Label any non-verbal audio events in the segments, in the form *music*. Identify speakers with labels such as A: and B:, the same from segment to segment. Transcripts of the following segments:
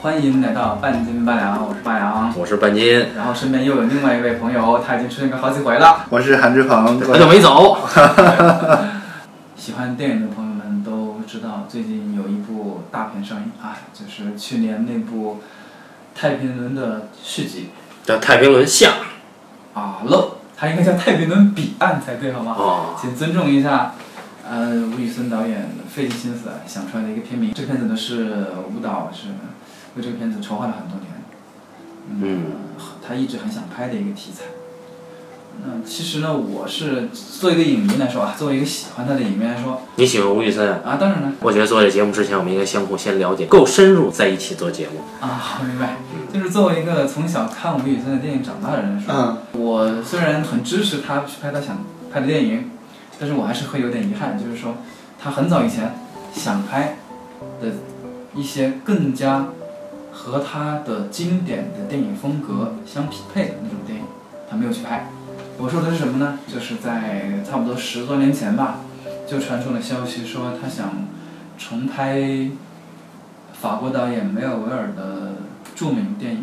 A: 欢迎来到半斤八两，我是八两。
B: 我是半斤，
A: 然后身边又有另外一位朋友，他已经出现过好几回了。
C: 我是韩志鹏，
B: 很久没走。
A: 喜欢电影的朋友们都知道，最近有一部大片上映啊，就是去年那部《太平轮》的续集
B: 叫太平轮下
A: 啊漏，它应该叫《太平轮彼岸》才对，好吗？
B: 哦，
A: 请尊重一下，呃，吴宇森导演费尽心思啊想出来的一个片名。这片子呢是舞蹈是为这个片子筹划了很多年，
B: 嗯，
A: 他一直很想拍的一个题材。那其实呢，我是作为一个影迷来说啊，作为一个喜欢他的影迷来说
B: 你喜欢吴宇森啊？
A: 啊，当然了
B: 我觉得做这节目之前，我们应该相互先了解，够深入在一起做节目。
A: 啊，好明白，就是作为一个从小看吴宇森的电影长大的人来说，
C: 嗯，
A: 我虽然很支持他去拍他想拍的电影，但是我还是会有点遗憾，就是说他很早以前想拍的一些更加和他的经典的电影风格相匹配的那种电影，他没有去拍。我说的是什么呢？就是在差不多十多年前吧，就传出了消息说他想重拍法国导演梅尔维尔的著名电影《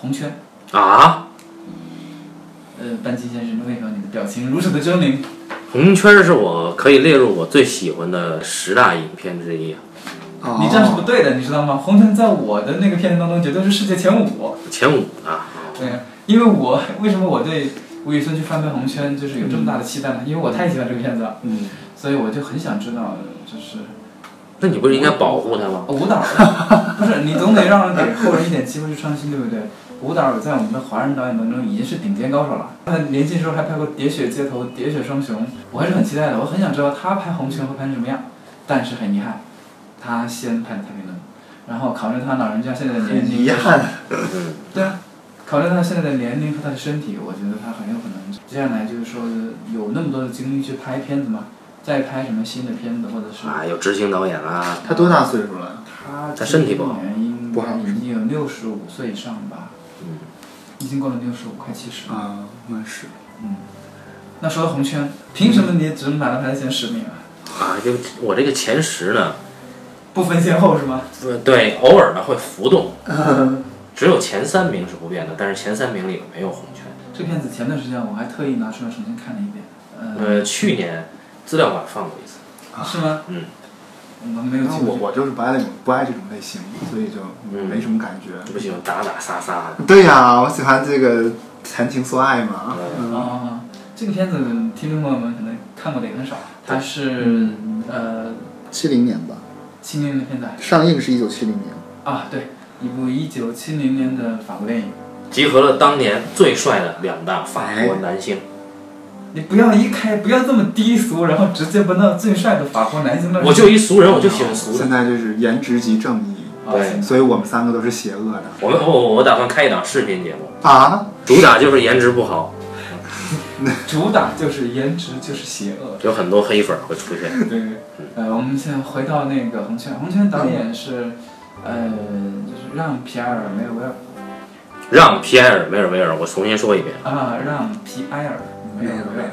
A: 红圈》。
B: 啊，
A: 呃，班基先生，为何你的表情如此的狰狞？
B: 红圈是我可以列入我最喜欢的十大影片之一，啊
C: 哦
A: 你这样是不对的，你知道吗？红尘在我的那个片子当中绝对是世界前
C: 哦
A: 五。
B: 前五啊。
A: 对，因为我为什么我对吴宇森去翻拍《红圈》就是有这么大的期待呢？因为我太喜欢这个片子了，
C: 嗯，
A: 所以我就很想知道，就是
B: 那你不是应该保护他吗？
A: 舞
C: *laughs*
A: 蹈，不是你总得让人给后人一点机会去创新，对不对？舞蹈在我们的华人导演当中已经是顶尖高手了。他年轻时候还拍过《喋血街头》《喋血双雄》，我还是很期待的，我很想知道他拍《红拳》会拍成什么样。但是很遗憾，他先拍的《太平轮》，然后考虑他老人家现在的年
C: 很
A: 龄，
C: 遗憾，
B: 嗯，
A: 对啊，考虑到他现在的年龄和他的身体，我觉得他很有可能接下来就是说有那么多的精力去拍片子嘛，再拍什么新的片子或者是
B: 啊，有执行导演啊啦，
C: 他多大岁数了？
A: 他
B: 他身体不好
A: 今年应
C: 不好
A: 该已经有六十五岁以上吧，
B: 嗯，
A: 已经过了六十五，快七十了。
C: 啊，那是，
A: 嗯，那说到红圈，凭什么你只能拿到排前十名啊？
B: 啊，就我这个前十呢，
A: 不分先后是吗？
B: 呃对，偶尔呢会浮动，只有前三名是不变的，但是前三名里没有红圈。
A: 这片子前段时间我还特意拿出来重新看了一遍，呃，
B: 呃，去年资料馆放过一次，
A: 是吗？
B: 嗯，
A: 我没有
C: 那
A: 记
C: 我
A: 过。
C: 我就是不爱那种不爱这种类型，所以就
B: 嗯
C: 没什么感觉。
B: 不喜欢打打杀杀的。
C: 对呀、我喜欢这个谈情说爱嘛。
A: 啊、
C: 嗯，
A: 这个片子听众朋友们可能看过的也很少，它是、呃
C: 七零年吧，
A: 七零年的片子啊
C: 上映是一九七零年。
A: 啊，对，一部一九七零年的法国电影。
B: 集合了当年最帅的两大法国男星，
A: 你不要一开，不要这么低俗，然后直接搬到最帅的法国男星那儿去。
B: 我就一俗人，我就喜欢俗
C: 现
B: 的。
C: 在就是颜值即正义，
A: 啊
B: 对
C: 所以我们三个都是邪恶的
B: 我们我我打算开一档视频节目，
C: 啊。
B: 主打就是颜值不好，
A: 主打就是颜值就是邪恶。
B: 有很多黑粉会出现。
A: 对，呃，我们现在回到那个红圈，红圈导演是，呃，就是让皮埃尔梅尔维尔
B: 让皮埃尔梅尔维尔，我重新说一遍，
A: 啊，让皮埃尔梅尔维尔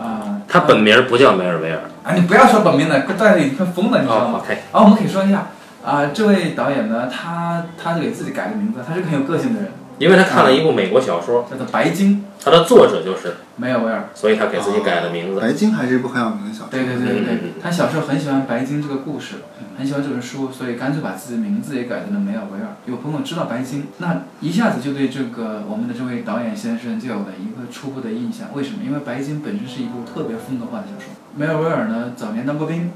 A: 啊，
B: 他本名不叫梅尔维尔。
A: 啊，你不要说本名了，大家已经快疯了，你知道
B: 哦
A: 吗？
B: ，OK，
A: 啊，我们可以说一下啊，这位导演呢，他他给自己改的名字，他是个很有个性的人，
B: 因为他看了一部美国小说，
A: 叫做白金
B: 他的作者就是，
A: 梅尔维尔。
B: 所以他给自己改了名字。
C: 白金还是一部很有名的小说。
A: 对对对对
B: 嗯嗯
A: 对
B: 嗯，
A: 他小时候很喜欢白金这个故事，很喜欢这本书，所以干脆把自己的名字也改成了梅尔维尔。有朋友知道白金，那一下子就对这个我们的这位导演先生就有了一个初步的印象。为什么？因为白金本身是一部特别风格化的小说。梅尔维尔呢，早年当过兵，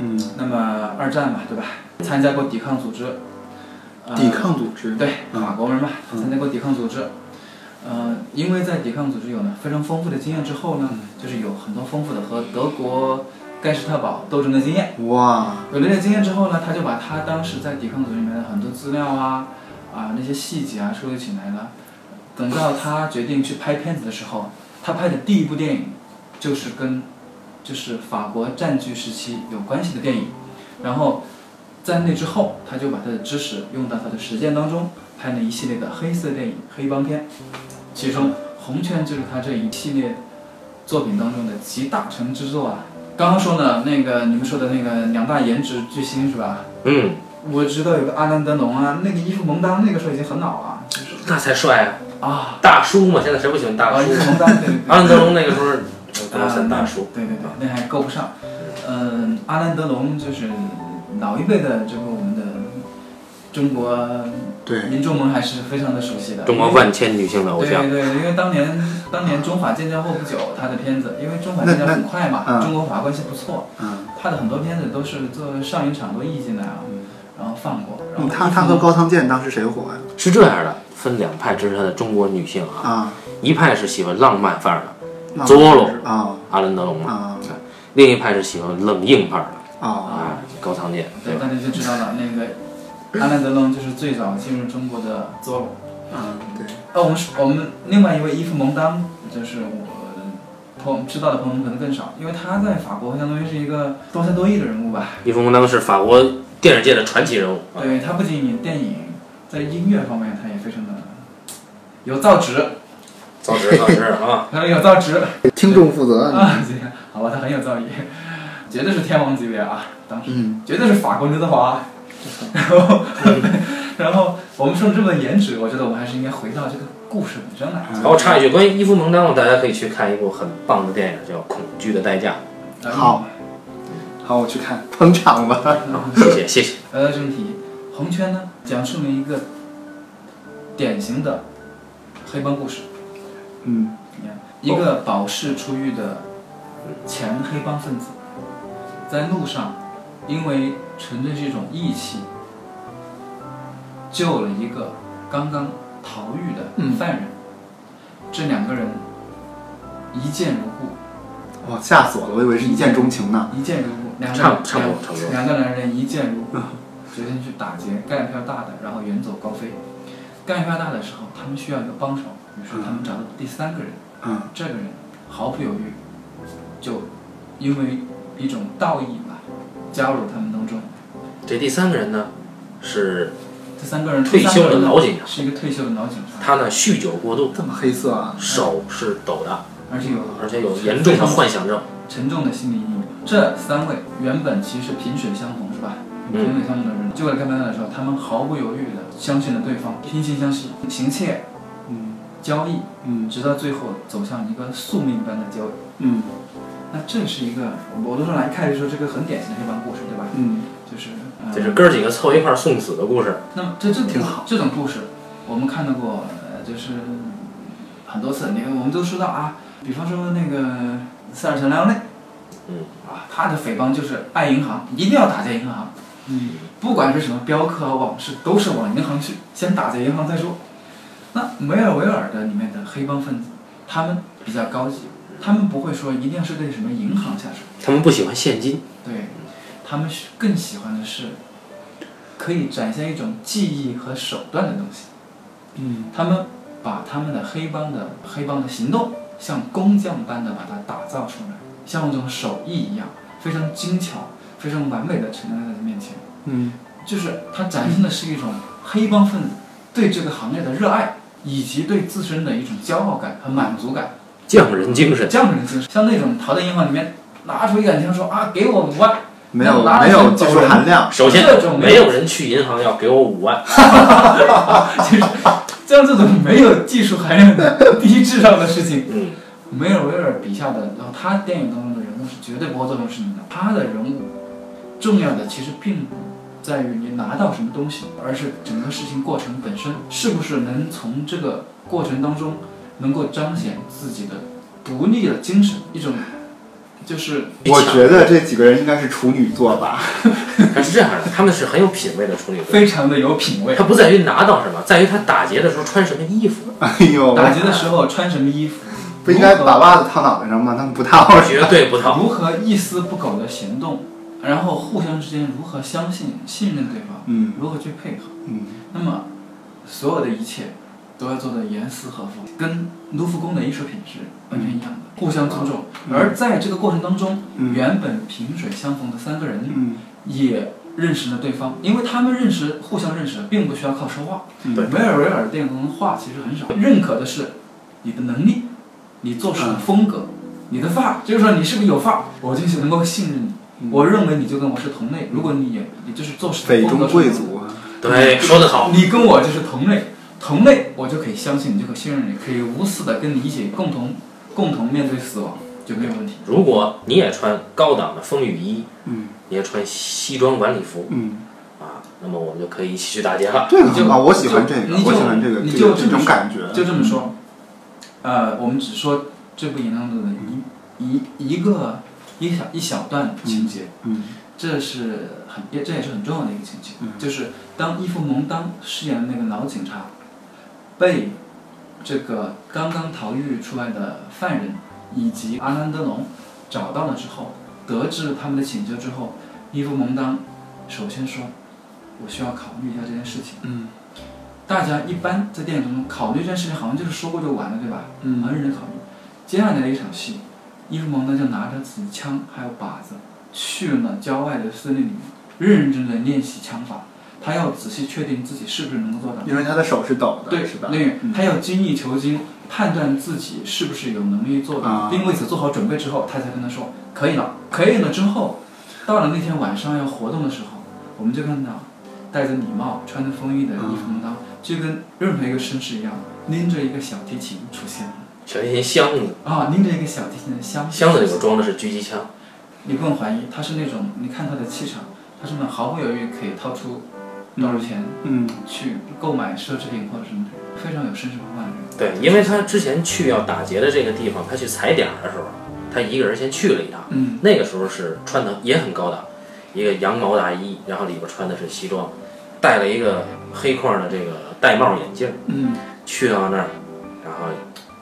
C: 嗯，
A: 那么二战嘛，对吧？参加过抵抗组织，呃
C: 抵抗组织。
A: 对，
C: 嗯
A: 法国人嘛，
C: 嗯
A: 参加过抵抗组织。呃，因为在抵抗组织有呢非常丰富的经验之后
C: 嗯
A: 呢，就是有很多丰富的和德国盖世特堡斗争的经验。
C: 哇，
A: 有了这些经验之后呢，他就把他当时在抵抗组织里面的很多资料啊、啊那些细节啊收集起来了。等到他决定去拍片子的时候，他拍的第一部电影就是跟就是法国占据时期有关系的电影。然后在那之后，他就把他的知识用到他的实践当中，拍了一系列的黑色电影、黑帮片，其中《红圈》就是他这一系列作品当中的集大成之作啊。刚刚说呢，那个你们说的那个两大颜值巨星是吧？
B: 嗯，
A: 我知道有个阿兰德农啊，那个伊夫蒙当那个时候已经很老了，就是
B: 那才帅啊！
A: 啊，
B: 大叔嘛，现在谁不喜欢大
A: 啊，伊
B: 叔？
A: 夫蒙当对对对。
B: 安德龙那个时候，不
A: 啊，
B: 能算大叔，
A: 对对对，那还够不上。嗯、阿兰德龙就是老一辈的这个我们的中国
C: 对，
A: 民众们还是非常的熟悉的。
B: 中国万千女性的偶
A: 对
B: 像。
A: 对对，因为当年当年中法建交后不久，他的片子，因为中法建交很快
C: 那
A: 嘛，
C: 那
A: 中国法关系不错，
C: 嗯，
A: 他的很多片子都是做上影厂做意进来啊，然后放过。然
C: 嗯
A: 后
C: 他他和高仓健当时谁火呀？
B: 是这样的，分两派支持他的中国女性啊，
C: 啊，
B: 一派是喜欢浪漫范儿的
C: 那
B: 佐罗
C: 啊
B: 阿兰德龙嘛，
C: 啊
B: 另一派是喜欢冷硬派儿的
C: 啊，
A: 哦
B: 啊，高仓健，对
A: 对，
B: 吧？
A: 大家就知道了，那个阿兰德龙就是最早进入中国的佐罗。
C: 嗯，对，
A: 呃，我们是我们另外一位伊夫蒙当，就是我朋友知道的朋友们可能更少，因为他在法国相当于是一个多才多艺的人物吧。
B: 伊夫蒙当是法国电影界的传奇人物啊，
A: 对他不仅仅电影，在音乐方面他也非常的有造诣，
B: 造纸造纸
A: *laughs*
B: 啊，
A: 他有造诣
C: 听众负责，
A: 啊，这个好吧，他很有造诣，绝对是天王级别啊，当时
C: 嗯，
A: 绝对是法国刘德华。然后，然后我们说了这么多颜值，我觉得我们还是应该回到这个故事本身来。
B: 然后插一句，关于伊夫蒙当的，大家可以去看一部很棒的电影，叫《恐惧的代价
C: 好好，我去看，捧场吧，》
B: 啊，谢谢谢谢。
A: 来到正题，呃红圈呢，讲述了一个典型的黑帮故事。
C: 嗯
A: 你看，一个保释出狱的前黑帮分子，在路上，因为纯粹是一种义气，救了一个刚刚逃狱
B: 嗯
A: 的犯人。这两个人一见如故，
C: 哇，吓死我了，我以为是一见钟情呢，
A: 一见如故，两个
B: 啊差
A: 人
B: 不差不多啊差不多
A: 两个男人一见如故，决定去打劫干票大的，然后远走高飞。干票大的时候，他们需要一个帮手，于是他们找到第三个人，
C: 嗯
A: 这个人毫不犹豫，就因为一种道义吧，加入了他们当中。
B: 这第三个人呢，是
A: 这三个人
B: 退休的老警察，
A: 是一个退休的老警察，
B: 他呢酗酒过度，
C: 这么黑色啊，
B: 手是抖的，
A: 而且有
B: 嗯而且有严重的幻想症。
A: 沉重的心理阴影。这三位原本其实萍水相逢，是吧？萍
B: 嗯，
A: 水相逢的人，就为了干票大的时候，他们毫不犹豫的相信了对方，惺惺相惜，行窃、
C: 嗯
A: 交易，
C: 嗯
A: 直到最后走向一个宿命般的交易。
C: 嗯
A: 那这是一个，我都说来看就说这个很典型的黑帮故事，对吧？
C: 嗯，
A: 就是，呃、
B: 这是哥儿几个凑一块儿送死的故事。
A: 那么这这
C: 挺好。
A: 这种故事我们看到过，呃就是很多次。你看，我们都说到啊，比方说那个塞尔陈莱昂内，
B: 嗯，
A: 啊，他的匪帮就是爱银行，一定要打劫银行，
C: 嗯
A: 不管是什么镖客和往事，都是往银行去，先打劫银行再说。那梅尔维尔的里面的黑帮分子，他们比较高级，他们不会说一定是对什么银行下手。
B: 他们不喜欢现金，
A: 对，他们是更喜欢的是可以展现一种技艺和手段的东西。
C: 嗯
A: 他们把他们的黑帮的黑帮的行动，像工匠般的把它打造出来，像一种手艺一样，非常精巧、非常完美的呈现在他面前。
C: 嗯
A: 就是它展现的是一种黑帮分子对这个行业的热爱，以及对自身的一种骄傲感和满足感。
B: 匠人精神。
A: 这样的人精神，像那种逃到银行里面拿出一杆枪说啊，给我五万，
C: 没有
A: 那
C: 没
A: 那
C: 有技术
B: *laughs*
C: 含量，
B: 首先
A: 这种，
B: 没有人去银行要给我五
A: *laughs*
B: 万，
A: 就是像这种没有技术含量的低智商的事情，
B: 嗯，
A: 梅尔维尔笔下的，然后他电影当中的人物是绝对不会做这种事情的。他的人物重要的其实并不在于你拿到什么东西，而是整个事情过程本身是不是能从这个过程当中能够彰显自己的独立的精神，一种就是
C: 我
B: *laughs*
C: 觉得这几个人应该是处女座吧，
B: 他是这样的，他们是很有品位的处女座。
A: 非常的有品
B: *laughs*
A: 位。
B: 他不在于拿到什么，在于他打劫的时候穿什么衣服。
C: 哎呦，
A: 打劫的时候穿什么衣服，
C: 不应该把袜子套脑袋上吗？他们不套，
B: 绝对不套。
A: 如何一丝不苟的行动，然后互相之间如何相信、信任对方，
C: 嗯
A: 如何去配合。
C: 嗯
A: 那么，所有的一切都要做的严丝合缝，跟卢浮宫的艺术品质完全一样的，互相尊重。
C: 嗯
A: 而在这个过程当中，
C: 嗯
A: 原本萍水相逢的三个人
C: 嗯
A: 也认识了对方，因为他们认识，互相认识，并不需要靠说话。
C: 嗯
B: 对
A: 梅尔维尔电影中的话其实很少，认可的是你的能
C: 嗯
A: 力，你做事的风格，你的范儿，就是说你是不是有范儿，我就是能够信任你。
C: 嗯
A: 我认为你就跟我是同类，如果你也也就是做事
C: 匪
A: 风
C: 中
A: 格
C: 贵
A: 上
C: 族啊，
B: 对，说得好，
A: 你跟我就是同类，同类我就可以相信你，就可以信任你，可以无私的跟你一起共同共同面对死亡，就没有问题。
B: 如果你也穿高档的风雨衣，
C: 嗯
B: 你也穿西装晚礼服
C: 嗯，
B: 啊，那么我们就可以一起去打劫了。
C: 这个
A: 你就
C: 很好，我喜欢这个，
A: 你就
C: 我喜欢这个，
A: 你
C: 这
A: 就
C: 个这种感觉，
A: 就这么说，呃，我们只说这部影当中的一一一个一小一小段情节，
C: 嗯，
A: 这是很也这也是很重要的一个情节，
C: 嗯
A: 就是当伊芙蒙当饰演的那个老警察被这个刚刚逃狱出来的犯人以及阿兰德龙找到了之后，得知他们的请求之后，伊芙蒙当首先说：“我需要考虑一下这件事情。”
C: 嗯，
A: 大家一般在电影当中考虑这件事情，好像就是说过就完了，对吧？
C: 嗯
A: 没有认真考虑。接下来的一场戏，伊芙蒙呢就拿着自己的枪还有靶子，去了郊外的森林里面，认认真真练习枪法。他要仔细确定自己是不是能够做到。
C: 因为他的手是抖
A: 嗯
C: 的，
A: 对，
C: 是吧？
A: 那个
C: 嗯
A: 他要精益求精，判断自己是不是有能力做到，
C: 啊
A: 并为此做好准备之后，他才跟他说可以了。可以了之后，到了那天晚上要活动的时候，我们就看到戴着礼帽、穿着风衣的伊芙蒙当，就跟任何一个绅士一样，拎着一个小提琴出现了
B: 小提琴箱子，
A: 啊，拎着一个小提琴的箱子
B: 箱子里面装的是狙击枪，
A: 你不用怀疑，他是那种你看他的气场，他是那种毫不犹豫可以掏出多少钱
C: 嗯
A: 去购买奢侈品或者什么，非常有绅士风范的人。
B: 对，因为他之前去要打劫的这个地方，他去踩点儿的时候，他一个人先去了一趟。
A: 嗯，
B: 那个时候是穿的也很高档，一个羊毛大衣，然后里边穿的是西装，戴了一个黑框的这个戴帽眼镜，
A: 嗯，
B: 去到那儿，然后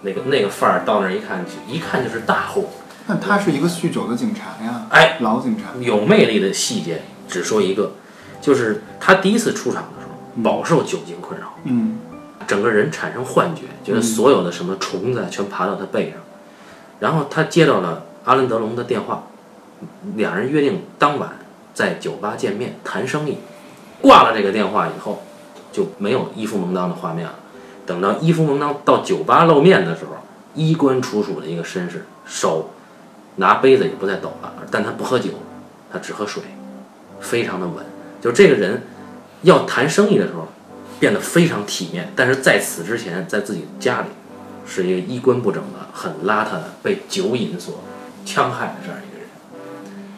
B: 那个那个范儿到那儿一看，一看就是大户，
C: 那他是一个酗酒的警察呀，
B: 哎，
C: 老警察，
B: 有魅力的细节只说一个，就是他第一次出场的时候，饱受酒精困扰，
C: 嗯
B: 整个人产生幻觉，觉得所有的什么虫子啊全爬到他背上，然后他接到了阿伦德龙的电话，两人约定当晚在酒吧见面谈生意。挂了这个电话以后，就没有伊夫蒙当的画面了。等到伊夫蒙当到酒吧露面的时候，衣冠楚楚的一个绅士，手拿杯子也不再抖了，但他不喝酒，他只喝水，非常的稳。就这个人要谈生意的时候，变得非常体面，但是在此之前，在自己家里是一个衣冠不整的、很邋遢的、被酒瘾所戕害的这样一个人。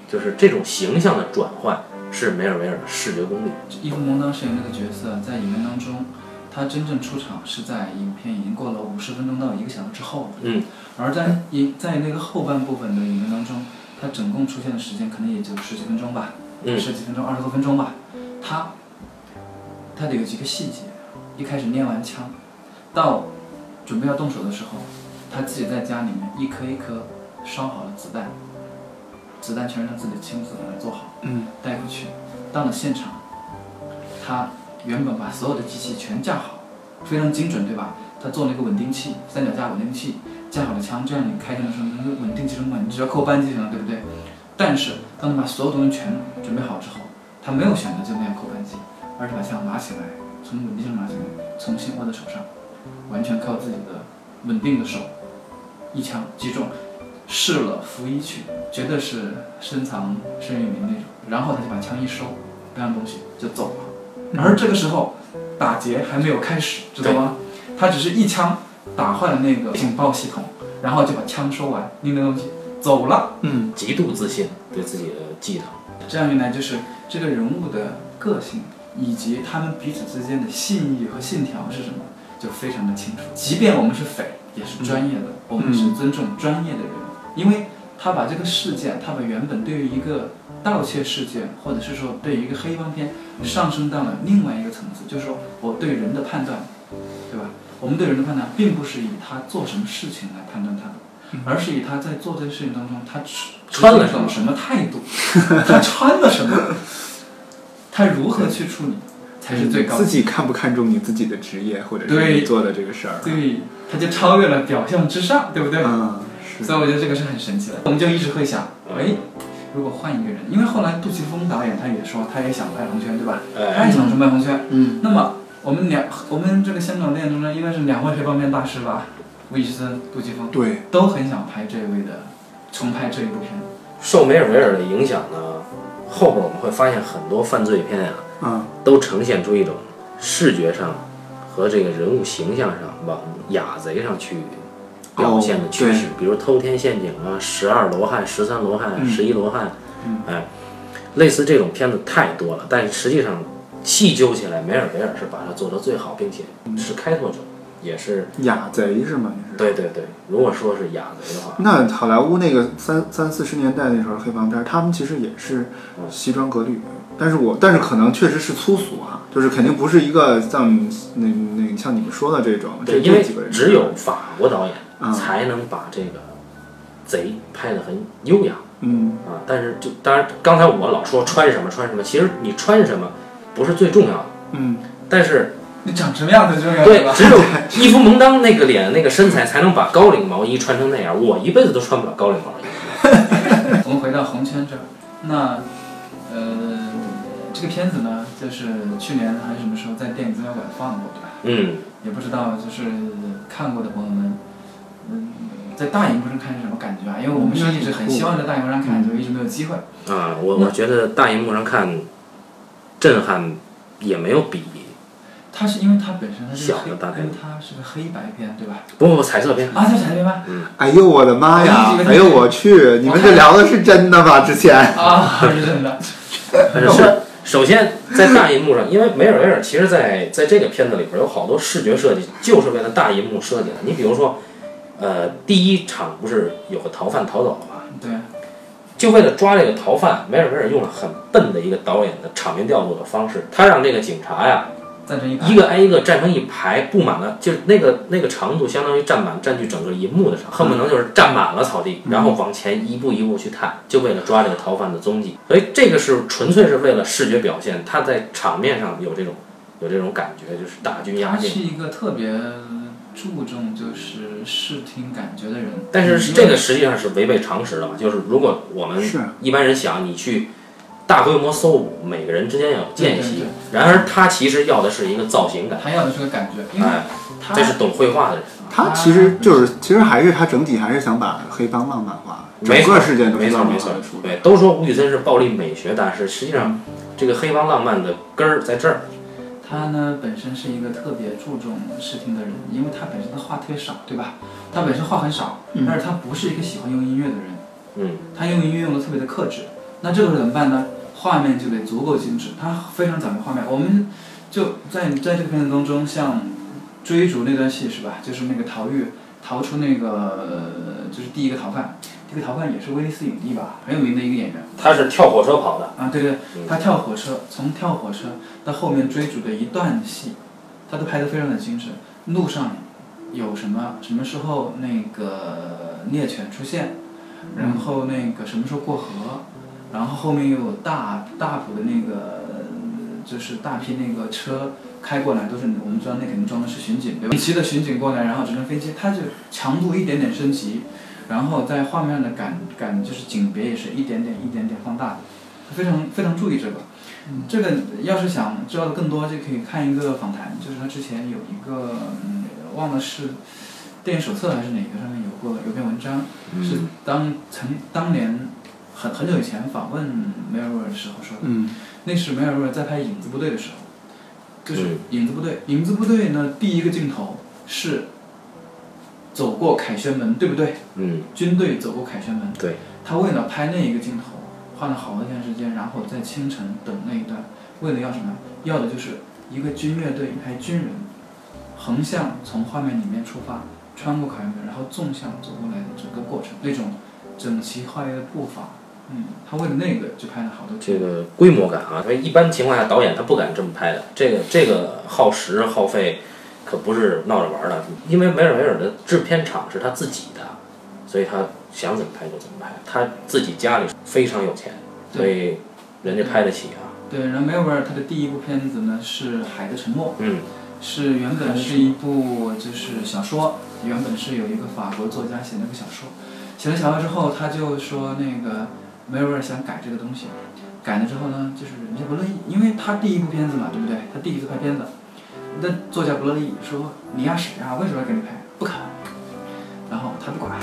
B: 就是这种形象的转换是梅尔维尔的视觉功力。
A: 伊芙蒙当饰演那个角色，在影片当中，他真正出场是在影片已经过了五十分钟到一个小时之后了。
B: 嗯。
A: 而在影在那个后半部分的影片当中，他总共出现的时间可能也就十几分钟吧，
B: 嗯
A: 十几分钟、二十多分钟吧。他，他得有几个细节，一开始练完枪，到准备要动手的时候，他自己在家里面一颗一颗烧好了子弹，子弹全是他自己亲自把它做好。
C: 嗯
A: 带过去，到了现场，他原本把所有的机器全架好，非常精准，对吧？他做了一个稳定器，三脚架稳定器，架好了枪，这样你开枪的时候能够稳定集中管，你只要扣扳就行了，对不对？但是当他把所有东西全准备好之后，他没有选择就那样扣扳机，而是把枪拿起来，从稳定上拿起来，重新握在手上，完全靠自己的稳定的手，一枪击中，试了拂衣去，绝对是深藏身与名那种。然后他就把枪一收，不要东西就走了。而这个时候，打劫还没有开始，知道吗？他只是一枪打坏了那个警报系统，然后就把枪收完，拎着东西走了。
C: 嗯
B: 极度自信，对自己的技能。
A: 这样一来，就是这个人物的个性以及他们彼此之间的信义和信条是什么，就非常的清楚。即便我们是匪，也是专业的，我们是尊重专业的人，因为他把这个事件，他把原本对于一个盗窃事件，或者是说对于一个黑帮片，上升到了另外一个层次，就是说我对人的判断，对吧？我们对人的判断，并不是以他做什么事情来判断他的，而是以他在做这个事情当中，他持
B: 穿了
A: 持一种
B: 什
A: 什么态度，他穿了什么，他如何去处理，才是最高
C: 自
A: 的。
C: 己看不看重你自己的职业，或者是
A: 对
C: 你做的这个事儿？
A: 对，他就超越了表象之上，对不对？
C: 嗯，是
A: 所以我觉得这个是很神奇的。我们就一直会想，哎，如果换一个人，因为后来杜琪峰导演他也说，他也想拍《红圈》，对吧？他
B: 哎，
A: 也想出拍《红圈》。
C: 嗯
A: 那么我们两，我们这个香港电影中呢，应该是两位黑帮片大师吧，吴宇森、杜琪峰
C: 对，
A: 都很想拍这一位的重拍这一部片，
B: 受梅尔维尔的影响呢，后边我们会发现很多犯罪片啊，
C: 嗯，
B: 都呈现出一种视觉上和这个人物形象上往雅贼上去表现的趋
C: 哦
B: 势，比如偷天陷阱啊、十二罗汉、十三罗
C: 嗯
B: 汉、十一罗汉，哎，类似这种片子太多了。但是实际上细究起来，梅尔维尔是把它做得最好，并且
C: 嗯
B: 是开拓者，也是
C: 雅贼是吗？你是？
B: 对对对。如果说是雅贼的话，
C: 那好莱坞那个三三四十年代那时候的黑帮片儿，他们其实也是西装革履，但是我但是可能确实是粗俗啊，就是肯定不是一个像那那像你们说的这种，这
B: 对，因为
C: 这几个人
B: 只有法国导演
C: 嗯
B: 才能把这个贼拍得很优雅。
C: 嗯
B: 啊，但是就当然，刚才我老说穿什么穿什么，其实你穿什么不是最重要的，
C: 嗯
B: 但是
A: 你长什么样子重要
B: 对
A: 吧？，
B: 只有伊夫蒙当那个脸那个身材才能把高领毛衣穿成那样，我一辈子都穿不了高领毛衣。
A: 我们回到红圈这儿，那呃，这个片子呢，就是去年还是什么时候在电影资料馆放过，对吧？
B: 嗯，
A: 也不知道就是看过的朋友们，嗯，在大荧幕上看是什么感觉啊？因为我们是一直很希望在大荧幕上
B: 嗯
A: 看，就一直没有机会。
B: 啊，我我觉得大荧幕上看，震撼也没有比
A: 它是因为它本身它是个
B: 小的大
A: 黑，因
B: 屏幕
A: 为它是个黑白片，对吧？
B: 不不彩色片，
A: 啊，这是彩片吗？
C: 哎呦我的妈呀 *laughs*
A: 我一！直以为他
C: 哎呦我去！你们这聊的是真的吧？之前
A: 啊，是真的。
B: 但是是首先在大荧幕上，因为梅尔维尔其实在在这个片子里边有好多视觉设计就是为了大荧幕设计的。你比如说，呃，第一场不是有个逃犯逃走了吗？
A: 对，
B: 就为了抓这个逃犯，梅尔维尔用了很笨的一个导演的场面调度的方式，他让这个警察呀
A: 赞成一排
B: 一。个挨一个站成一排，布满了，就是那个那个长度相当于占满占据整个银幕的长，恨不能就是占满了草地，然后往前一步一步去探，就为了抓这个逃犯的踪迹。所以这个是纯粹是为了视觉表现，他在场面上有这种有这种感觉，就是大军压
A: 他
B: 境。
A: 是一个特别注重就是视听感觉的人，
B: 但是这个实际上是违背常识的嘛，就是如果我们
C: 是
B: 一般人想你去大规模搜捕，每个人之间要有间
A: 对
B: 隙
A: 对，
B: 然而他其实要的是一个造型感，
A: 他要的是个感觉，因为
B: 哎，
A: 他
B: 这是懂绘画的人。
C: 他其实就是其实还是他整体还是想把黑帮浪漫化，整
B: 没错
C: 个事件都
B: 没
C: 是
B: 错
C: 浪
B: 没
C: 漫
B: 错
C: 化的处理。
B: 对，都说吴宇森是暴力美学大师，实际
A: 嗯
B: 上这个黑帮浪漫的根儿在这儿。
A: 他呢本身是一个特别注重视听的人，因为他本身的话特别少，对吧？他本身话很少，
C: 嗯
A: 但是他不是一个喜欢用音乐的人，
B: 嗯，
A: 他用音乐用的特别的克制。那这个时候怎么办呢？画面就得足够精致，他非常讲究画面。我们就在在这个片子当中，像追逐那段戏是吧？就是那个逃狱逃出那个呃就是第一个逃犯，这个逃犯也是威尼斯影帝吧，很有名的一个演员。
B: 他是跳火车跑的，
A: 啊，对对
B: 嗯，
A: 他跳火车，从跳火车到后面追逐的一段戏，他都拍得非常的精致。路上有什么什么时候那个猎犬出现，然后那个什么时候过河，然后后面又有大大幅的那个就是大批那个车开过来，都是我们知道那肯定装的是巡警，对吧？骑的巡警过来，然后直升飞机，它就强度一点点升级，然后在画面上的感感就是景别也是一点点一点点放大的，非常非常注意这个。这个要是想知道的更多，就可以看一个访谈，就是他之前有一个嗯，忘了是电影手册还是哪个上面有过有篇文章，
B: 嗯
A: 是当曾当年很很久以前访问梅尔维尔的时候说的。
C: 嗯
A: 那是梅尔维尔在拍《影子部队》的时候，就是《
B: 嗯
A: 影子部队》。《影子部队》呢，第一个镜头是走过凯旋门，对不对？
B: 嗯，
A: 军队走过凯旋门。
B: 对。
A: 他为了拍那一个镜头，花了好多天时间，然后在清晨等那一段，为了要什么？要的就是一个军乐队，一排军人，横向从画面里面出发，穿过凯旋门，然后纵向走过来的整个过程，那种整齐划一的步伐。嗯，他为了那个就拍了好多
B: 这个规模感啊，因为一般情况下导演他不敢这么拍的，这个这个耗时耗费可不是闹着玩儿的，因为梅尔维尔的制片厂是他自己的，所以他想怎么拍就怎么拍，他自己家里非常有钱，所以人家拍得起啊。
A: 对，然后梅尔维尔他的第一部片子呢是《海的沉默》，
B: 嗯，
A: 是原本是一部就是小说，原本是有一个法国作家写那个小说，写了小说之后，他就说那个梅尔维尔想改这个东西，改了之后呢，就是人家不乐意，因为他第一部片子嘛，对不对？他第一次拍片子，那作家不乐意，说你呀谁啊呀，为什么要给你拍？不肯。然后他不管，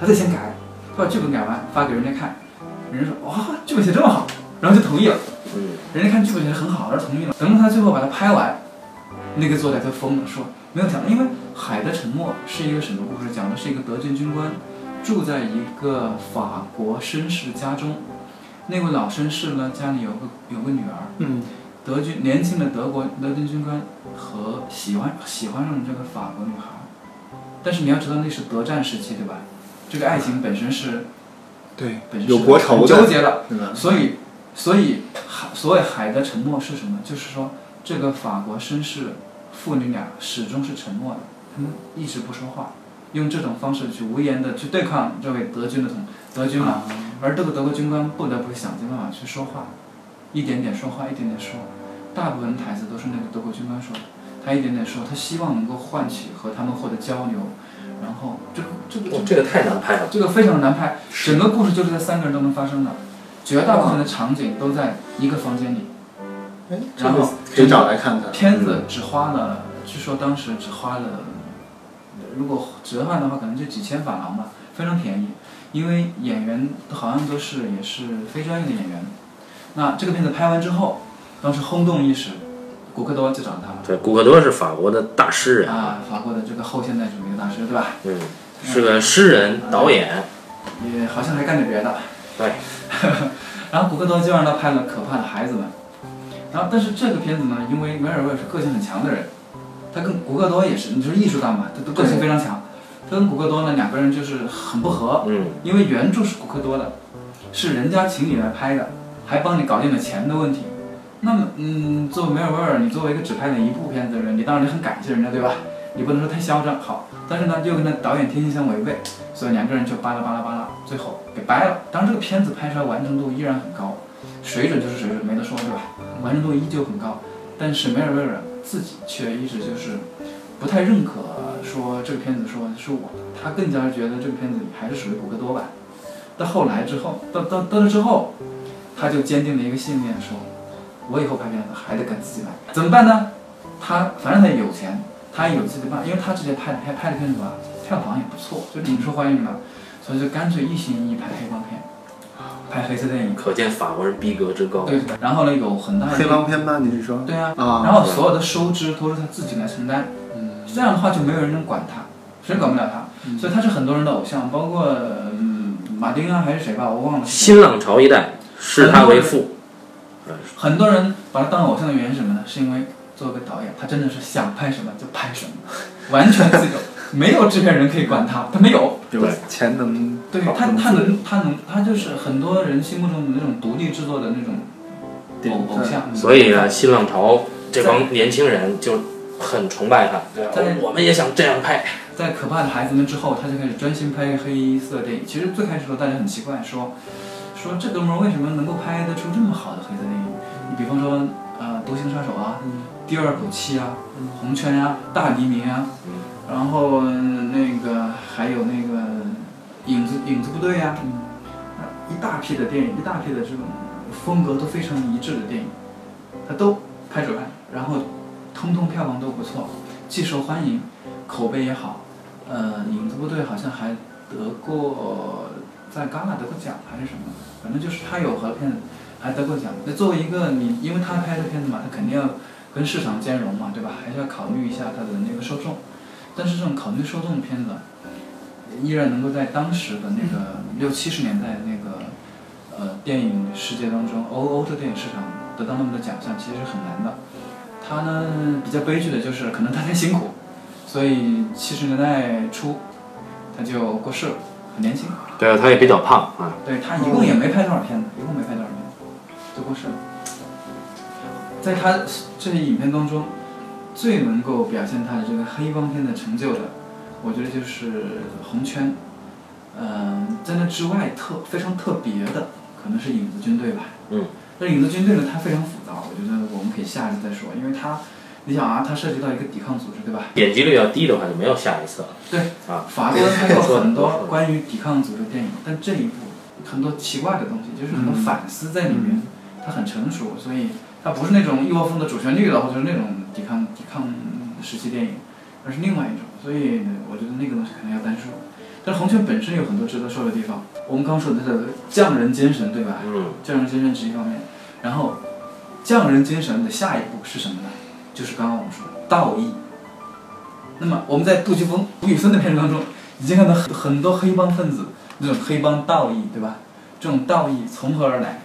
A: 他再先改，他把剧本改完发给人家看，人家说哇、剧本写这么好，然后就同意了。
B: 嗯，
A: 人家看剧本写的很好，而同意了。等到他最后把它拍完，那个作家就疯了，说没有想到，因为《海的沉默》是一个什么故事？讲的是一个德军军官住在一个法国绅士家中，那位老绅士呢家里有个有个女儿，
C: 嗯
A: 德军年轻的德国德军军官和喜欢喜欢上了这个法国女孩，但是你要知道那是德战时期对吧？这个爱情本身是
C: 对
A: 本身是
C: 有国仇
A: 很
C: 的
A: 纠结的，
C: 对吧？
A: 所以，所以海所谓海的沉默是什么？就是说，这个法国绅士父女俩始终是沉默的，他们一直不说话，用这种方式去无言的去对抗这位德军的同德军嘛。而这个德国军官不得不想尽办法去说话，一点点说话，一点点说。大部分台词都是那个德国军官说的，他一点点说，他希望能够唤起和他们获得交流。然后这个这个
B: 哇，这个太难拍了。
A: 这个非常难拍，整个故事就是在三个人都能发生的，绝大部分的场景都在一个房间里。
C: 哎，这
A: 然后
C: 个嗯可以找来看看。
A: 片子只花了，据说当时只花了，如果折换的话，可能就几千法郎吧，非常便宜。因为演员好像都是也是非专业的演员。那这个片子拍完之后，当时轰动一时，古克多就找他了
B: 对，古克多是法国的大诗人，
A: 啊，法国的这个后现代主义的大师，对吧？
B: 嗯，是个诗人、导演，
A: 也好像还干点别的。
B: 对。
A: *laughs* 然后古克多就让他拍了《可怕的孩子们》，然后但是这个片子呢，因为梅尔维尔是个性很强的人，他跟古克多也是，你就是艺术家嘛，他他个性非常强。他跟古克多呢两个人就是很不合，
B: 嗯，
A: 因为原著是古克多的，是人家请你来拍的，还帮你搞定了钱的问题。那么，嗯，作为梅尔维尔，你作为一个只拍了一部片子的人，你当然很感谢人家，对吧？你不能说太嚣张，好，但是呢，又跟那导演天性相违背，所以两个人就巴拉巴拉巴拉，最后给掰了。当然，这个片子拍出来完成度依然很高，水准就是水准，没得说，对吧？完成度依旧很高，但是梅尔维尔自己却一直就是不太认可说这个片子说是我的，他更加觉得这个片子还是属于古克多版。到后来之后，到到到了之后，他就坚定了一个信念，说我以后拍片子还得跟自己来，怎么办呢？他反正他也有钱，他也有自己的办法，因为他之前拍的拍拍的片子吧，票房也不错，就挺受欢迎的，所以就干脆一心一意拍黑帮片，拍黑色电影。
B: 嗯可见法国人逼格之高。
A: 对，然后呢，有很大的
C: 黑帮片吧，你是说？
A: 对啊，
C: 啊
A: 然后所有的收支都是他自己来承担，
C: 嗯
A: 这样的话就没有人能管他，谁也管不了他，
C: 嗯
A: 所以他是很多人的偶像，包括嗯马丁啊还是谁吧，我忘了。
B: 新浪潮一代视他为父，嗯
A: 很多人把他当偶像的原因是什么呢？是因为作为导演，他真的是想拍什么就拍什么， *laughs* 完全自由，没有制片人可以管他，他没有。
C: 有
B: 对
C: 钱能
A: 对
C: 搞
A: 他，
C: 成
A: 他
C: 自
A: 能，他能，他就是很多人心目中的那种独立制作的那种
C: 典
A: 偶偶像。
B: 所以呢，新浪潮这帮年轻人就很崇拜他。对
A: 在
B: 我们也想这样拍。
A: 在《可怕的孩子们》之后，他就开始专心拍黑色电影。其实最开始的时候，大家很奇怪，说说这哥们儿为什么能够拍得出这么好的黑色电影？你比方说，呃，《独行杀手》啊，第二口气》啊，红圈》啊，《大黎明》啊，
B: 嗯
A: 然后嗯那个还有那个影子影子部队啊，一大批的电影，一大批的这种风格都非常一致的电影，他都拍出来，然后通通票房都不错，既受欢迎，口碑也好。呃，影子部队好像还得过在戛纳得过奖还是什么，反正就是他有合片子还得过奖。那作为一个你，因为他拍的片子嘛，他肯定要跟市场兼容嘛，对吧？还是要考虑一下他的那个受众。但是这种考虑受众的片子，依然能够在当时的那个六七十年代那个呃电影世界当中，欧欧洲电影市场得到那么多奖项，其实是很难的。他呢比较悲剧的就是，可能他太辛苦，所以七十年代初他就过世了，很年轻。
B: 对啊，他也比较胖啊。
A: 对他一共也没拍多少片子，一共没拍多少片子，就过世了。在他这些影片当中，最能够表现他的这个黑帮片的成就的，我觉得就是《红圈》。嗯，在那之外特非常特别的，可能是《影子军队》吧。
B: 嗯。
A: 但是《影子军队》呢，它非常复杂，我觉得我们可以下一次再说，因为它，你想啊，它涉及到一个抵抗组织，对吧？
B: 点击率要低的话，就没有下一次了。
A: 对
B: 啊，
A: 法国人拍过很多关于抵抗组织的电影，但这一部很多奇怪的东西，就是很多反思在里面，它很成熟，所以它不是那种一窝蜂的主旋律了，或者是那种抵抗抵抗时期电影，而是另外一种，所以我觉得那个东西可能要单说。但是红圈本身有很多值得说的地方。我们刚说的它的匠人精神，对吧？
B: 嗯，
A: 匠人精神是一方面，然后匠人精神的下一步是什么呢？就是刚刚我们说的道义。那么我们在杜琪峰、吴宇森的片子当中，已经看到很很多黑帮分子那种黑帮道义，对吧？这种道义从何而来？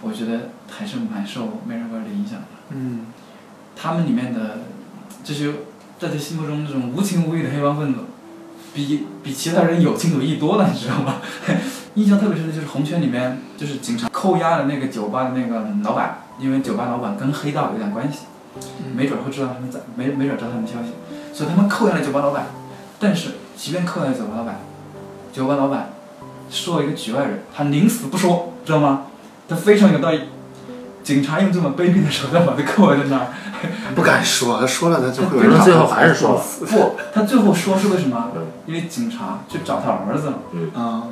A: 我觉得还是蛮受梅兰格尔的影响的。
C: 嗯
A: 他们里面的这些在他心目中这种无情无义的黑帮分子，比比其他人有情有义多了，你知道吗？ *laughs* 印象特别深的就是《红圈》里面，就是警察扣押的那个酒吧的那个老板，因为酒吧老板跟黑道有点关系，没准会知道他们在，没没准知道他们消息，所以他们扣押了酒吧老板。但是，即便扣押了酒吧老板，酒吧老板说一个局外人，他宁死不说，知道吗？他非常有道义。警察用这么卑鄙的手段把他扣押在那儿，
C: 不敢说，他说了他就会
B: 反
C: 有人
B: 正最后还是说了
A: 不，他最后说是为什么
B: 嗯？
A: 因为警察去找他儿子了，
C: 啊，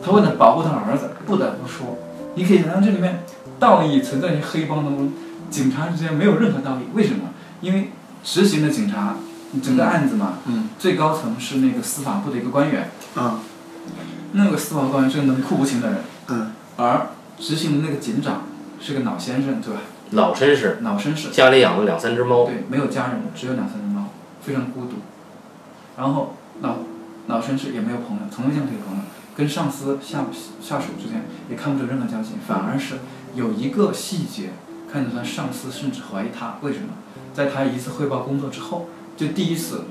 A: 他为了保护他儿子，不得不说。你可以想象这里面道义存在于黑帮当中，警察之间没有任何道义，为什么？因为执行的警察，你整个案子嘛，
C: 嗯
A: 最高层是那个司法部的一个官员，
C: 啊
A: 那个司法官员是个冷酷无情的人，
C: 嗯
A: 而执行的那个警长是个老先生，对吧？
B: 老绅士，
A: 老绅士，
B: 家里养了两三只猫，
A: 对，没有家人，只有两三只猫，非常孤独。然后老老绅士也没有朋友，从没见过这个朋友，跟上司下下属之间也看不出任何交情，反而是有一个细节看得出来，上司甚至怀疑他，为什么？在他一次汇报工作之后，就第一次，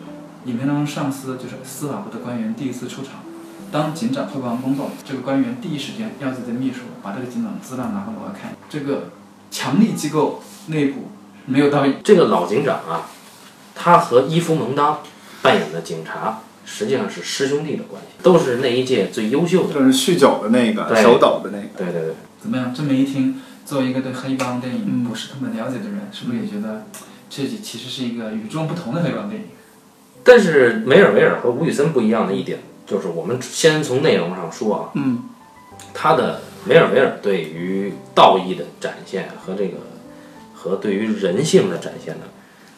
A: 影片当中上司就是司法部的官员第一次出场。当警长汇报完工作，这个官员第一时间要自己的秘书把这个警长资料拿过来我要看。这个强力机构内部没有道义，
B: 这个老警长啊，他和伊夫蒙当扮演的警察实际上是师兄弟的关系，都是那一届最优秀的。
C: 就是酗酒的那个，
B: 对
C: 手抖的那个，
B: 对对对，
A: 怎么样？这么一听，作为一个对黑帮电影
C: 嗯
A: 不是特别了解的人，是不是也觉得这其实是一个与众不同的黑帮电影？
B: 但是梅尔维尔和吴宇森不一样的一点，就是我们先从内容上说啊，
C: 嗯
B: 他的梅尔维尔对于道义的展现和这个和对于人性的展现呢，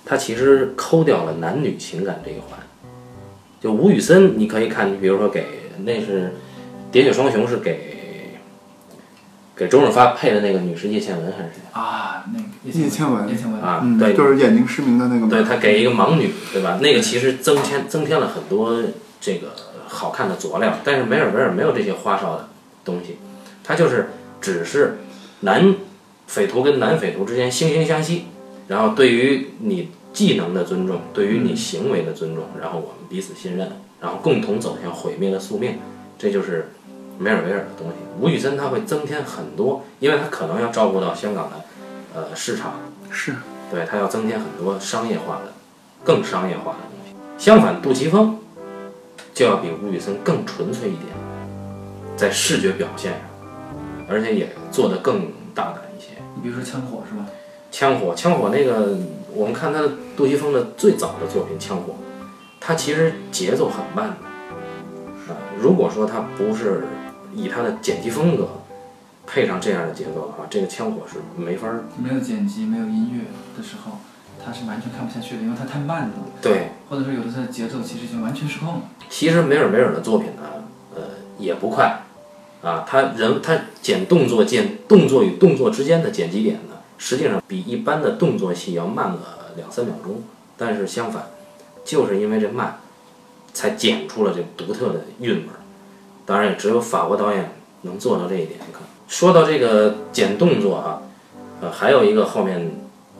B: 他其实抠掉了男女情感这一环。就吴宇森，你可以看，比如说给那是《喋血双雄》是给给周润发配的那个女士叶倩文还是谁
A: 啊，那个
C: 叶倩文
A: 叶倩文，
B: 啊？
C: 嗯，
B: 对，
C: 就是眼睛失明的那个嘛，
B: 对他给一个盲女，对吧？那个其实增添增添了很多这个呃好看的佐料，但是梅尔维尔没有这些花哨的东西，他就是只是男匪徒跟男匪徒之间惺惺相惜，然后对于你技能的尊重，对于你行为的尊重，然后我们彼此信任，然后共同走向毁灭的宿命，这就是梅尔维尔的东西。吴宇森他会增添很多，因为他可能要照顾到香港的呃市场。
C: 是
B: 对，它要增添很多商业化的、更商业化的东西。相反，杜琪峰就要比吴宇森更纯粹一点，在视觉表现上，而且也做得更大胆一些。
A: 你比如说枪火是吧？
B: 枪火，枪火那个，我们看他的杜琪峰的最早的作品《枪火》，他其实节奏很慢的。啊，如果说他不是以他的剪辑风格配上这样的节奏的话，这个《枪火》是没法儿
A: 没有剪辑、没有音乐的时候，它是完全看不下去的，因为它太慢了，
B: 对
A: 或者说有的时候节奏其实已经完全失控了。
B: 其实梅尔维尔的作品呢，呃，也不快，啊，他人他剪动作剪动作与动作之间的剪辑点呢，实际上比一般的动作戏要慢个两三秒钟，但是相反，就是因为这慢，才剪出了这独特的韵味儿。当然，也只有法国导演能做到这一点。可能说到这个剪动作啊，呃，还有一个后面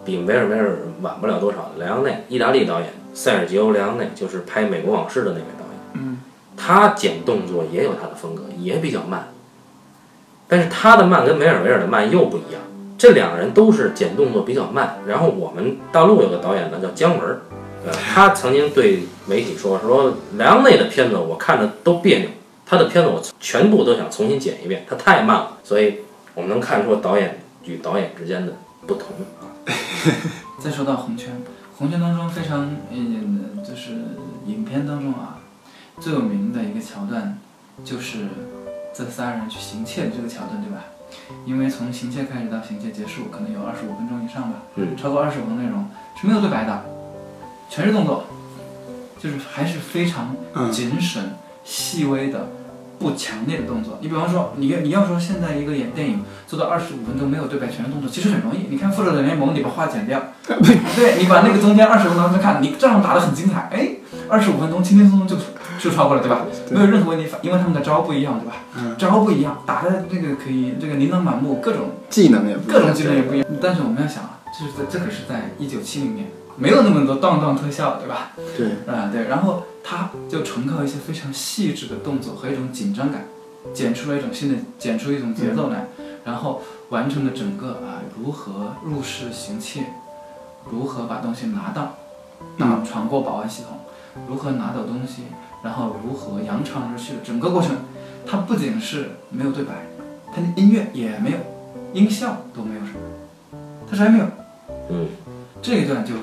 B: 比梅尔维尔晚不了多少的莱昂内，意大利导演塞尔吉欧·莱昂内，就是拍《美国往事》的那位导演。
C: 嗯
B: 他剪动作也有他的风格，也比较慢。但是他的慢跟梅尔维尔的慢又不一样，这两个人都是剪动作比较慢。然后我们大陆有个导演呢叫姜文儿，呃，他曾经对媒体说说莱昂内的片子我看着都别扭，他的片子我全部都想重新剪一遍，他太慢了。所以我们能看出导演与导演之间的不同啊。
A: 再说到红圈，红圈当中非常嗯，就是影片当中啊最有名的一个桥段，就是这仨人去行窃的这个桥段，对吧？因为从行窃开始到行窃结束，可能有二十五分钟以上吧，
B: 嗯
A: 超过二十分钟内容是没有对白的，全是动作，就是还是非常
C: 嗯
A: 谨慎，细微的、不强烈的动作。你比方说，你你要说现在一个演电影做到二十五分钟没有对白全是动作，其实很容易。你看《复仇者联盟》，你把话剪掉，对你把那个中间二十分钟看，你照样打得很精彩。哎，二十五分钟轻轻松松就就超过了，对吧？没有任何问题，因为他们的招不一样，对吧？
C: 嗯
A: 招不一样，打的这个可以，这个琳琅满目，各种
C: 技能也不一
A: 各
C: 样
A: 种技能也不一样。但是我们要想啊，这是在这可是在一九七零年，没有那么多当当特效，对吧？
C: 对，
A: 啊，对，然后他就纯靠一些非常细致的动作和一种紧张感，剪出了一种新的，剪出一种节奏来，然后完成了整个啊如何入室行窃，如何把东西拿到，啊闯过保安系统，如何拿走东西，然后如何扬长而去的整个过程，它不仅是没有对白，它的音乐也没有，音效都没有什么，它啥也没有。
B: 嗯，
A: 这一段就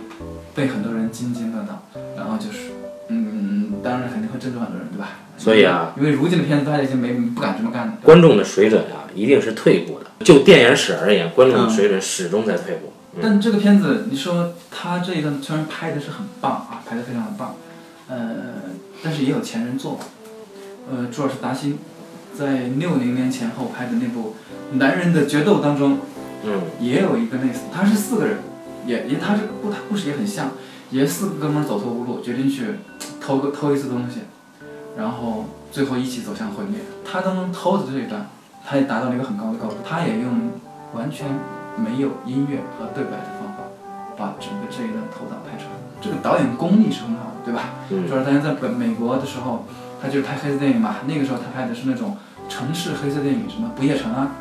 A: 被很多人津津乐道，然后就是，嗯，当然肯定会震慑很多人，对吧？
B: 所以啊，
A: 因为如今的片子大家已经没不敢这么干了。对吧
B: 观众的水准啊，一定是退步的。就电影史而言，观众的水准始终在退步。
A: 但这个片子，你说他这一段虽然拍的是很棒啊，拍的非常的棒，呃，但是也有前人做过，呃，朱尔斯达辛在六零年前后拍的那部《男人的决斗》当中，
B: 嗯，
A: 也有一个类似，他是四个人，也也他这个故他故事也很像，也四个哥们儿走投无路，决定去偷个偷一次东西，然后最后一起走向毁灭。他当中偷的这一段，他也达到了一个很高的高度，他也用完全没有音乐和对白的方法，把整个这一段偷盗拍出来。这个导演功力是很好的，对吧？
B: 嗯
A: 就是当年在本美国的时候，他就是拍黑色电影嘛，那个时候他拍的是那种城市黑色电影，什么《不夜城》啊，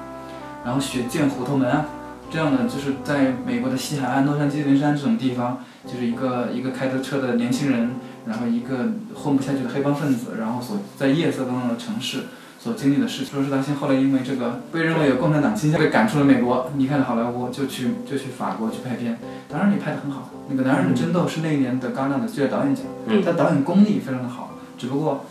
A: 然后《血溅虎头门》啊，这样的就是在美国的西海岸、洛杉矶、灵山这种地方，就是一个一个开着车的年轻人，然后一个混不下去的黑帮分子，然后所在夜色当中的城市。所经历的事情，说是他现后来因为这个被认为有共产党倾向，被赶出了美国，离开了好莱坞，就去就去法国去拍片。当然，你拍的很好，那个《男人的争斗》是那一年的戛纳的最佳导演奖。
B: 嗯
A: 他导演功力非常的好，只不过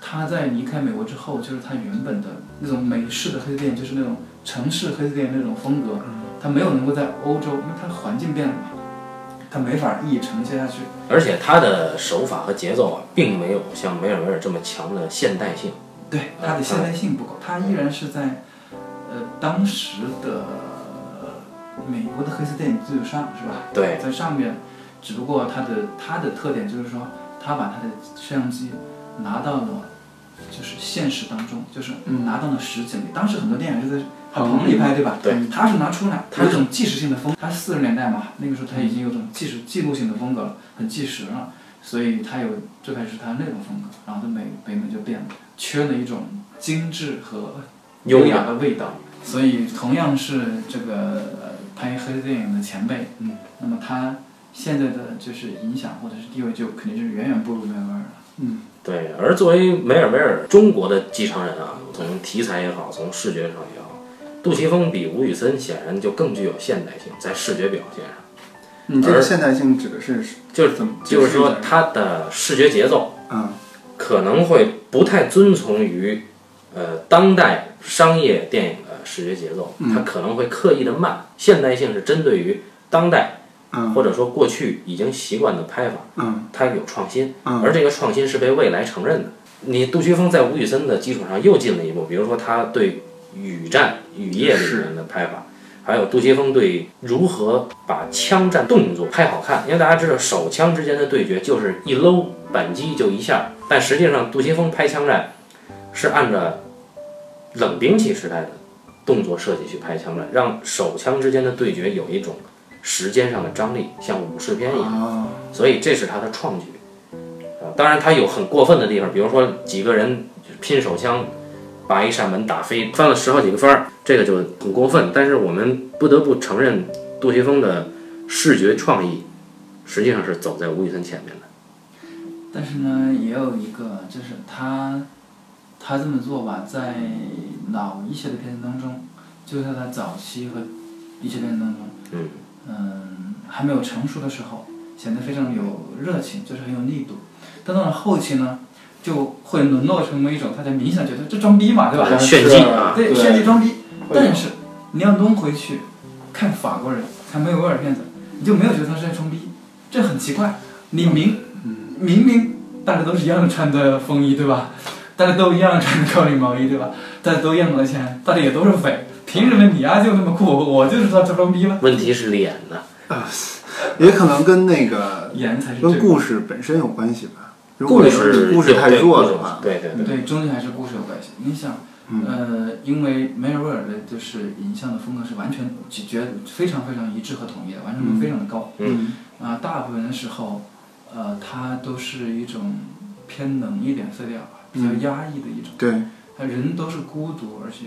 A: 他在离开美国之后，就是他原本的那种美式的黑色电影，就是那种城市黑色电影那种风格，他没有能够在欧洲，因为他环境变了嘛，他没法一直承接下去。
B: 而且他的手法和节奏啊，并没有像梅尔维尔这么强的现代性。
A: 对，它的现代性不够，它依然是在呃当时的呃美国的黑色电影基础上，是吧？
B: 对
A: 在上面，只不过它的它的特点就是说，它把它的摄像机拿到了就是现实当中，就是拿到了实景里。当时很多电影是在棚里拍，对吧？
B: 对，
A: 它是拿出来，它有一种纪实性的风，它四十年代嘛，那个时候它已经有种纪实记录性的风格了，很纪实了。所以它有最开始它那种风格，然后它美北美就变了，缺了一种精致和优雅的味道。所以同样是这个呃拍黑色电影的前辈，
C: 嗯，
A: 那么他现在的就是影响或者是地位就肯定就是远远不如梅尔维尔了。
C: 嗯，
B: 对，而作为梅尔维尔中国的继承人啊，从题材也好，从视觉上也好，杜琪峰比吴宇森显然就更具有现代性，在视觉表现上，
C: 你这个
B: 而
C: 现代性指的是
B: 就是
C: 怎么？
B: 就是说
C: 解释一下，
B: 他的视觉节奏
C: 嗯
B: 可能会不太遵从于，呃，当代商业电影的视觉节奏，
C: 嗯
B: 它可能会刻意的慢。现代性是针对于当代
C: 嗯
B: 或者说过去已经习惯的拍法，
C: 嗯
B: 它有创新，
C: 嗯
B: 而这个创新是被未来承认的。你杜琪峰在吴宇森的基础上又进了一步，比如说他对雨战、雨夜里面的拍法，还有杜琪峰对如何把枪战动作拍好看。因为大家知道手枪之间的对决就是一搂扳机就一下，但实际上杜琪峰拍枪战是按照冷兵器时代的动作设计去拍枪战，让手枪之间的对决有一种时间上的张力，像武士片一样。
C: 啊，
B: 所以这是他的创举。啊，当然他有很过分的地方，比如说几个人拼手枪，把一扇门打飞，翻了十好几个翻儿，这个就很过分。但是我们不得不承认，杜琪峰的视觉创意实际上是走在吴宇森前面的。
A: 但是呢，也有一个就是他他这么做吧，在老一些的片子当中，就在他早期和一些片子当中，
B: 嗯
A: 嗯，还没有成熟的时候，显得非常有热情，就是很有力度。但到了后期呢，就会沦落成为一种大家明显觉得这装逼嘛，对吧？
B: 嗯炫技啊
A: 对，炫技装逼。
C: 会有
A: 但是你要弄回去看法国人，看梅维尔片子，你就没有觉得他是在装逼，
C: 嗯
A: 这很奇怪。你明、明明大家都是一样的穿的风衣，对吧？大家都一样穿着高领毛衣，对吧？大家都一样的钱，大家也都是匪，凭什么你丫、就那么酷，我就是他这装逼了？
B: 问题是脸呢，
C: 也可能跟那个
A: 演才是
C: 跟
A: 这个，
C: 故事本身有关系吧。如果
B: 事
C: 你故事太弱的话，
B: 对对对，
A: 对，终究还是故事有关系。你想，
C: 嗯，
A: 呃，因为梅尔维尔的就是影像的风格是完全绝非常非常一致和统一的，完成度非常的高。
C: 嗯
A: 啊、大部分的时候，呃，它都是一种偏冷一点色调吧，比较
C: 嗯
A: 压抑的一种。
C: 对
A: 他人都是孤独，而且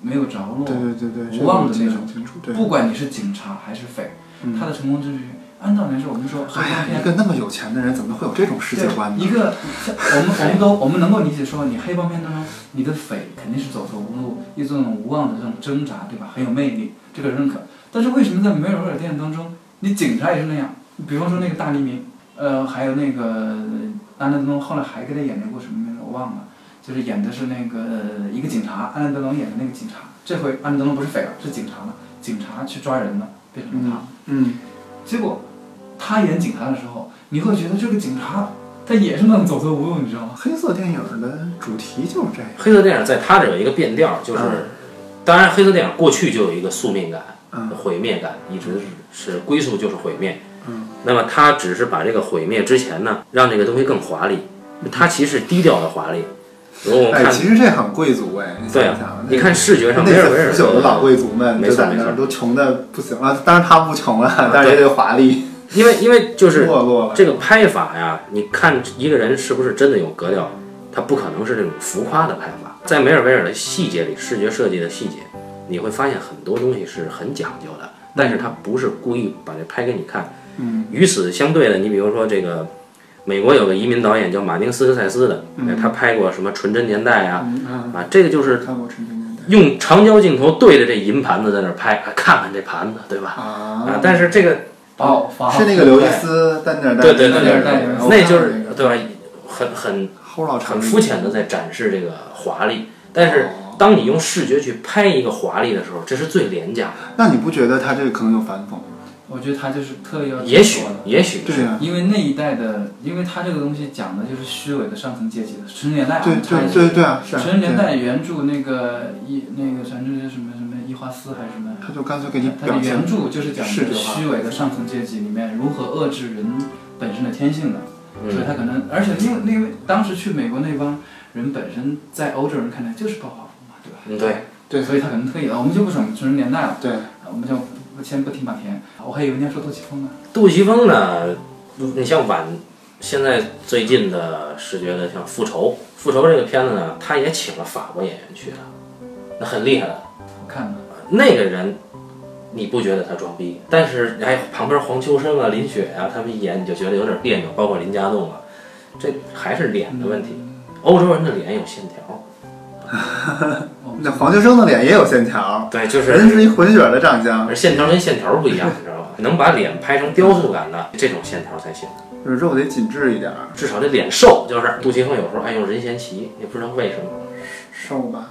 A: 没有着落。
C: 对对对对，这
A: 无
C: 个
A: 望
C: 我
A: 的
C: 记
A: 那
C: 得
A: 种
C: 很清楚。对，
A: 不管你是警察还是匪，
C: 嗯
A: 他的成功之旅，按道理来说，我们说
C: 哎呀，一个那么有钱的人，怎么会有这种世界观
A: 对
C: 呢？
A: 一个，像我们我们都我们能够理解说，你黑帮片当中，你的匪肯定是走投无路，一种无望的这种挣扎，对吧？很有魅力，这个认可。但是为什么在梅尔维尔电影当中，你警察也是那样？比方说那个大黎明，呃，还有那个安德龙，后来还给他演了一部什么名字我忘了，就是演的是那个、呃一个警察，安德龙演的那个警察。这回安德龙不是匪了，是警察了，警察去抓人了，变成了他。
C: 嗯，
A: 结果他演警察的时候，你会觉得这个警察他也是那种走投无路，你知道吗？
C: 黑色电影的主题就是这个。
B: 黑色电影在它这有一个变调，就是、
C: 嗯
B: 当然黑色电影过去就有一个宿命感、
C: 嗯
B: 毁灭感，一直是归宿就是毁灭。
C: 嗯，
B: 那么它只是把这个毁灭之前呢，让这个东西更华丽，它其实是低调的华丽。如果我们
C: 哎，
B: 看，
C: 其实这很贵族哎，你
B: 对
C: 想想
B: 啊，
C: 那
B: 你看视觉上
C: 那
B: 梅尔维
C: 些
B: 尔
C: 腐朽的老贵族们
B: 没
C: 就
B: 错
C: 在那
B: 没
C: 儿
B: 错
C: 都穷的不行了，当然他不穷了，但是也得华丽
B: 因为因为就是
C: 没落了。
B: 这个拍法呀，你看一个人是不是真的有格调，他不可能是这种浮夸的拍法。在梅尔维尔的细节里，视觉设计的细节，你会发现很多东西是很讲究的，但是他不是故意把这拍给你看。
C: 嗯，
B: 与此相对的，你比如说这个美国有个移民导演叫马丁斯科塞斯的，
C: 嗯
B: 他拍过什么《纯真年代》啊，
C: 嗯嗯，
B: 啊，这个就是
C: 看过《纯真年代
B: 用长焦镜头对着这银盘子在那儿拍，啊看看这盘子，对》吧？啊
C: 啊，，
B: 但是这个
A: 爆发
C: 哦是那个刘易斯丹尼尔戴
B: 对
A: 对
B: 对
C: 那
A: 对对
C: 个，
A: 对
B: 那就是
C: 那个
B: 对吧？很很
C: 齁老长
B: 很肤浅的在展示这个华丽，但是
C: 哦
B: 当你用视觉去拍一个华丽的时候，这是最廉价的。
C: 那你不觉得他这个可能有反讽吗？
A: 我觉得他就是特意要这么
B: 也许
A: 说啊的，
B: 也许
C: 对啊呀，
A: 因为那一代的，因为他这个东西讲的就是虚伪的上层阶级的，十年代啊，
C: 对
A: 差一
C: 对
A: 点
C: 对对啊，是啊
A: 成人年，
C: 对
A: 代原著那个一那个反正是什么什么一花丝还是什么，
C: 他就干脆给你
A: 它的
C: 表现
A: 原著就是讲
C: 视
A: 的
C: 觉化
A: 虚伪的上层阶级里面如何遏制人本身的天性的，所以
B: 嗯，
A: 他可能而且因为那因为当时去美国那帮人本身在欧洲人看来就是暴发户嘛，对吧？
B: 嗯对，
C: 对
A: 所以他可能特意啊，我们就不讲成人年代了，
C: 对，
A: 啊我们就不先不提马田，我还以为你要说杜琪峰呢。
B: 杜琪峰呢，你像晚现在最近的视觉的像《复仇》，《复仇》这个片子呢，他也请了法国演员去的，那很厉害的。
A: 我看了，
B: 那个人，你不觉得他装逼？但是 *laughs* 哎，旁边黄秋生啊、林雪啊，他们一演你就觉得有点别扭，包括林家栋啊，这还是脸的问题。欧洲人的脸有线条，
A: 我
C: 那黄秋生的脸也有线条，
B: 对，就
C: 人
B: 是
C: 是一混血的长相，
B: 而线条跟线条不一样，你知 *laughs* 道吧？能把脸拍成雕塑感的这种线条才行，
C: 就是肉得紧致一点儿，
B: 至少这脸瘦。就是杜琪峰有时候爱用任贤齐，也不知道为什么。
C: 瘦吧。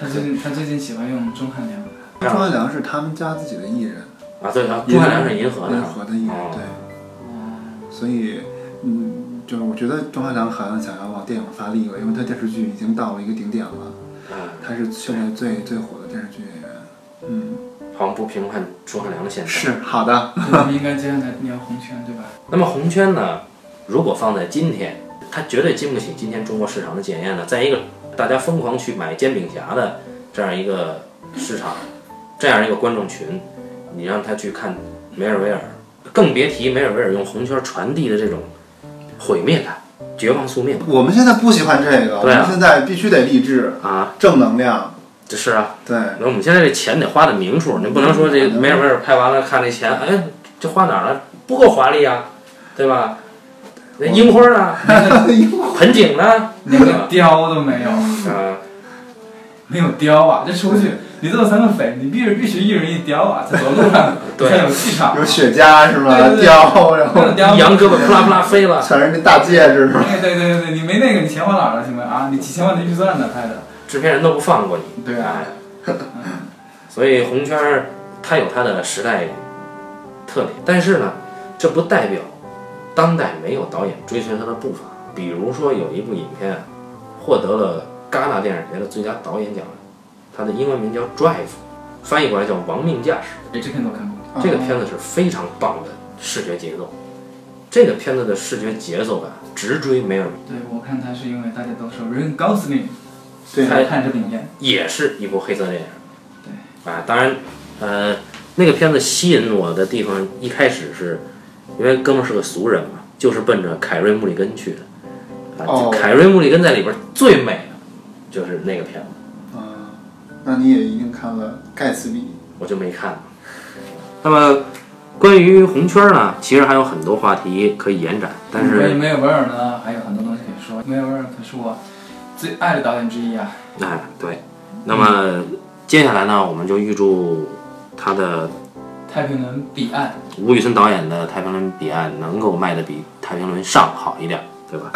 A: 他最近他最近喜欢用钟汉良， *laughs*
C: 钟汉良是他们家自己的艺人，
B: 啊，对啊，朱汉良是银河的嗯
C: 联，合的艺人，对，
A: 哦，
C: 所以，嗯，就是我觉得钟汉良好像想要往电影发力了，因为他电视剧已经到了一个顶点了，
B: 啊，
C: 他是现在最最火的电视剧演员。嗯，
B: 好像不评判朱汉良的线条。
C: 是好的，
A: 对我们应该接下来聊红圈对吧？
B: 那么红圈呢，如果放在今天，它绝对经不起今天中国市场的检验了。在一个大家疯狂去买煎饼侠的这样一个市场，这样一个观众群，你让他去看梅尔维尔，更别提梅尔维尔用红圈传递的这种毁灭感、绝望宿命
C: 我们现在不喜欢这个，我
B: 对啊
C: 们现在必须得励志、
B: 啊！
C: 正能量，
B: 这是啊，
C: 对，
B: 那我们现在这钱得花的明处，你不能说这个梅尔维尔拍完了看这钱，哎，这花哪儿了？不够华丽啊，对吧？那樱花啊，盆景呢？
A: 连
C: *laughs*
A: 个雕都没有，
B: 啊，
A: 没有雕啊！这出去，你这有三个匪，你必须必须一人一雕啊，在走路上
B: *laughs* 对
A: 才有气场。
C: 有雪茄是吧？
A: 对对对
C: 雕，然
A: 没有
C: 后
A: 雕，
B: *laughs*
A: *laughs*
B: 羊胳膊扑啦扑啦飞了，
C: 全是那大戒指，
A: 哎，对对对对，你没那个，你钱花哪儿了？请问啊，你几千万的预算呢拍的？
B: 制片人都不放过你。哎
A: 对啊，
B: 所以红圈儿它有它的时代特点，但是呢，这不代表当代没有导演追随它的步伐。比如说有一部影片啊获得了戛纳电影节的最佳导演奖，它的英文名叫《Drive》，翻译过来叫《亡命驾驶》。
A: 哎，这片子我看过，
B: 这个片子是非常棒的视觉节奏，这个片子的视觉节奏感直追梅尔，
A: 对我看它是因为大家都说 Ryan Gosling
C: 对
A: 才看这部影片，
B: 也是一部黑色电影。对，啊，当然，呃，那个片子吸引我的地方，一开始是因为哥们儿是个俗人嘛，就是奔着凯瑞·穆里根去的。啊，
C: 哦
B: 凯瑞·穆里根在里边最美的就是那个片子，
C: 嗯，那你也一定看了盖茨比，
B: 我就没看。那么，关于红圈呢，其实还有很多话题可以延展，但
A: 关于
B: 是，
A: 梅尔维尔呢，还有很多东西可以说。梅尔维尔可是我最爱的导演之一啊。
B: 哎，对，那么接下来呢，我们就预祝他的
A: 太平轮彼岸，
B: 吴宇森导演的《太平轮彼岸》能够卖的比《太平轮上》好一点，对吧？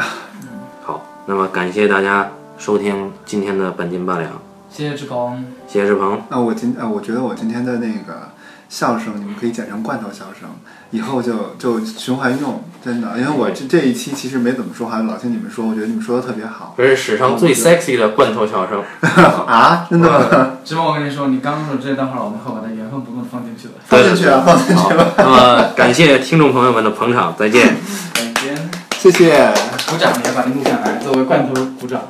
B: 好，那么感谢大家收听今天的半斤八两，
A: 谢谢志
B: *laughs*
A: 鹏，
B: 谢谢志鹏，
C: 啊，我今啊，我觉得我今天的那个笑声，你们可以剪成罐头笑声，以后就就循环用，真的，因为我这这一期其实没怎么说话，老听你们说，我觉得你们说的特别好
B: 这是史上最 sexy 的罐头笑声。
C: 啊，真的吗？
A: 志鹏，我跟你说，你刚说这段话，我们会把它原封不动地放进去的。
C: 放进去啊，放进去，
B: 那么感谢听众朋友们的捧场，再见。
A: 感觉
C: 谢谢。
A: 鼓掌也把这录下来，作为罐头鼓掌。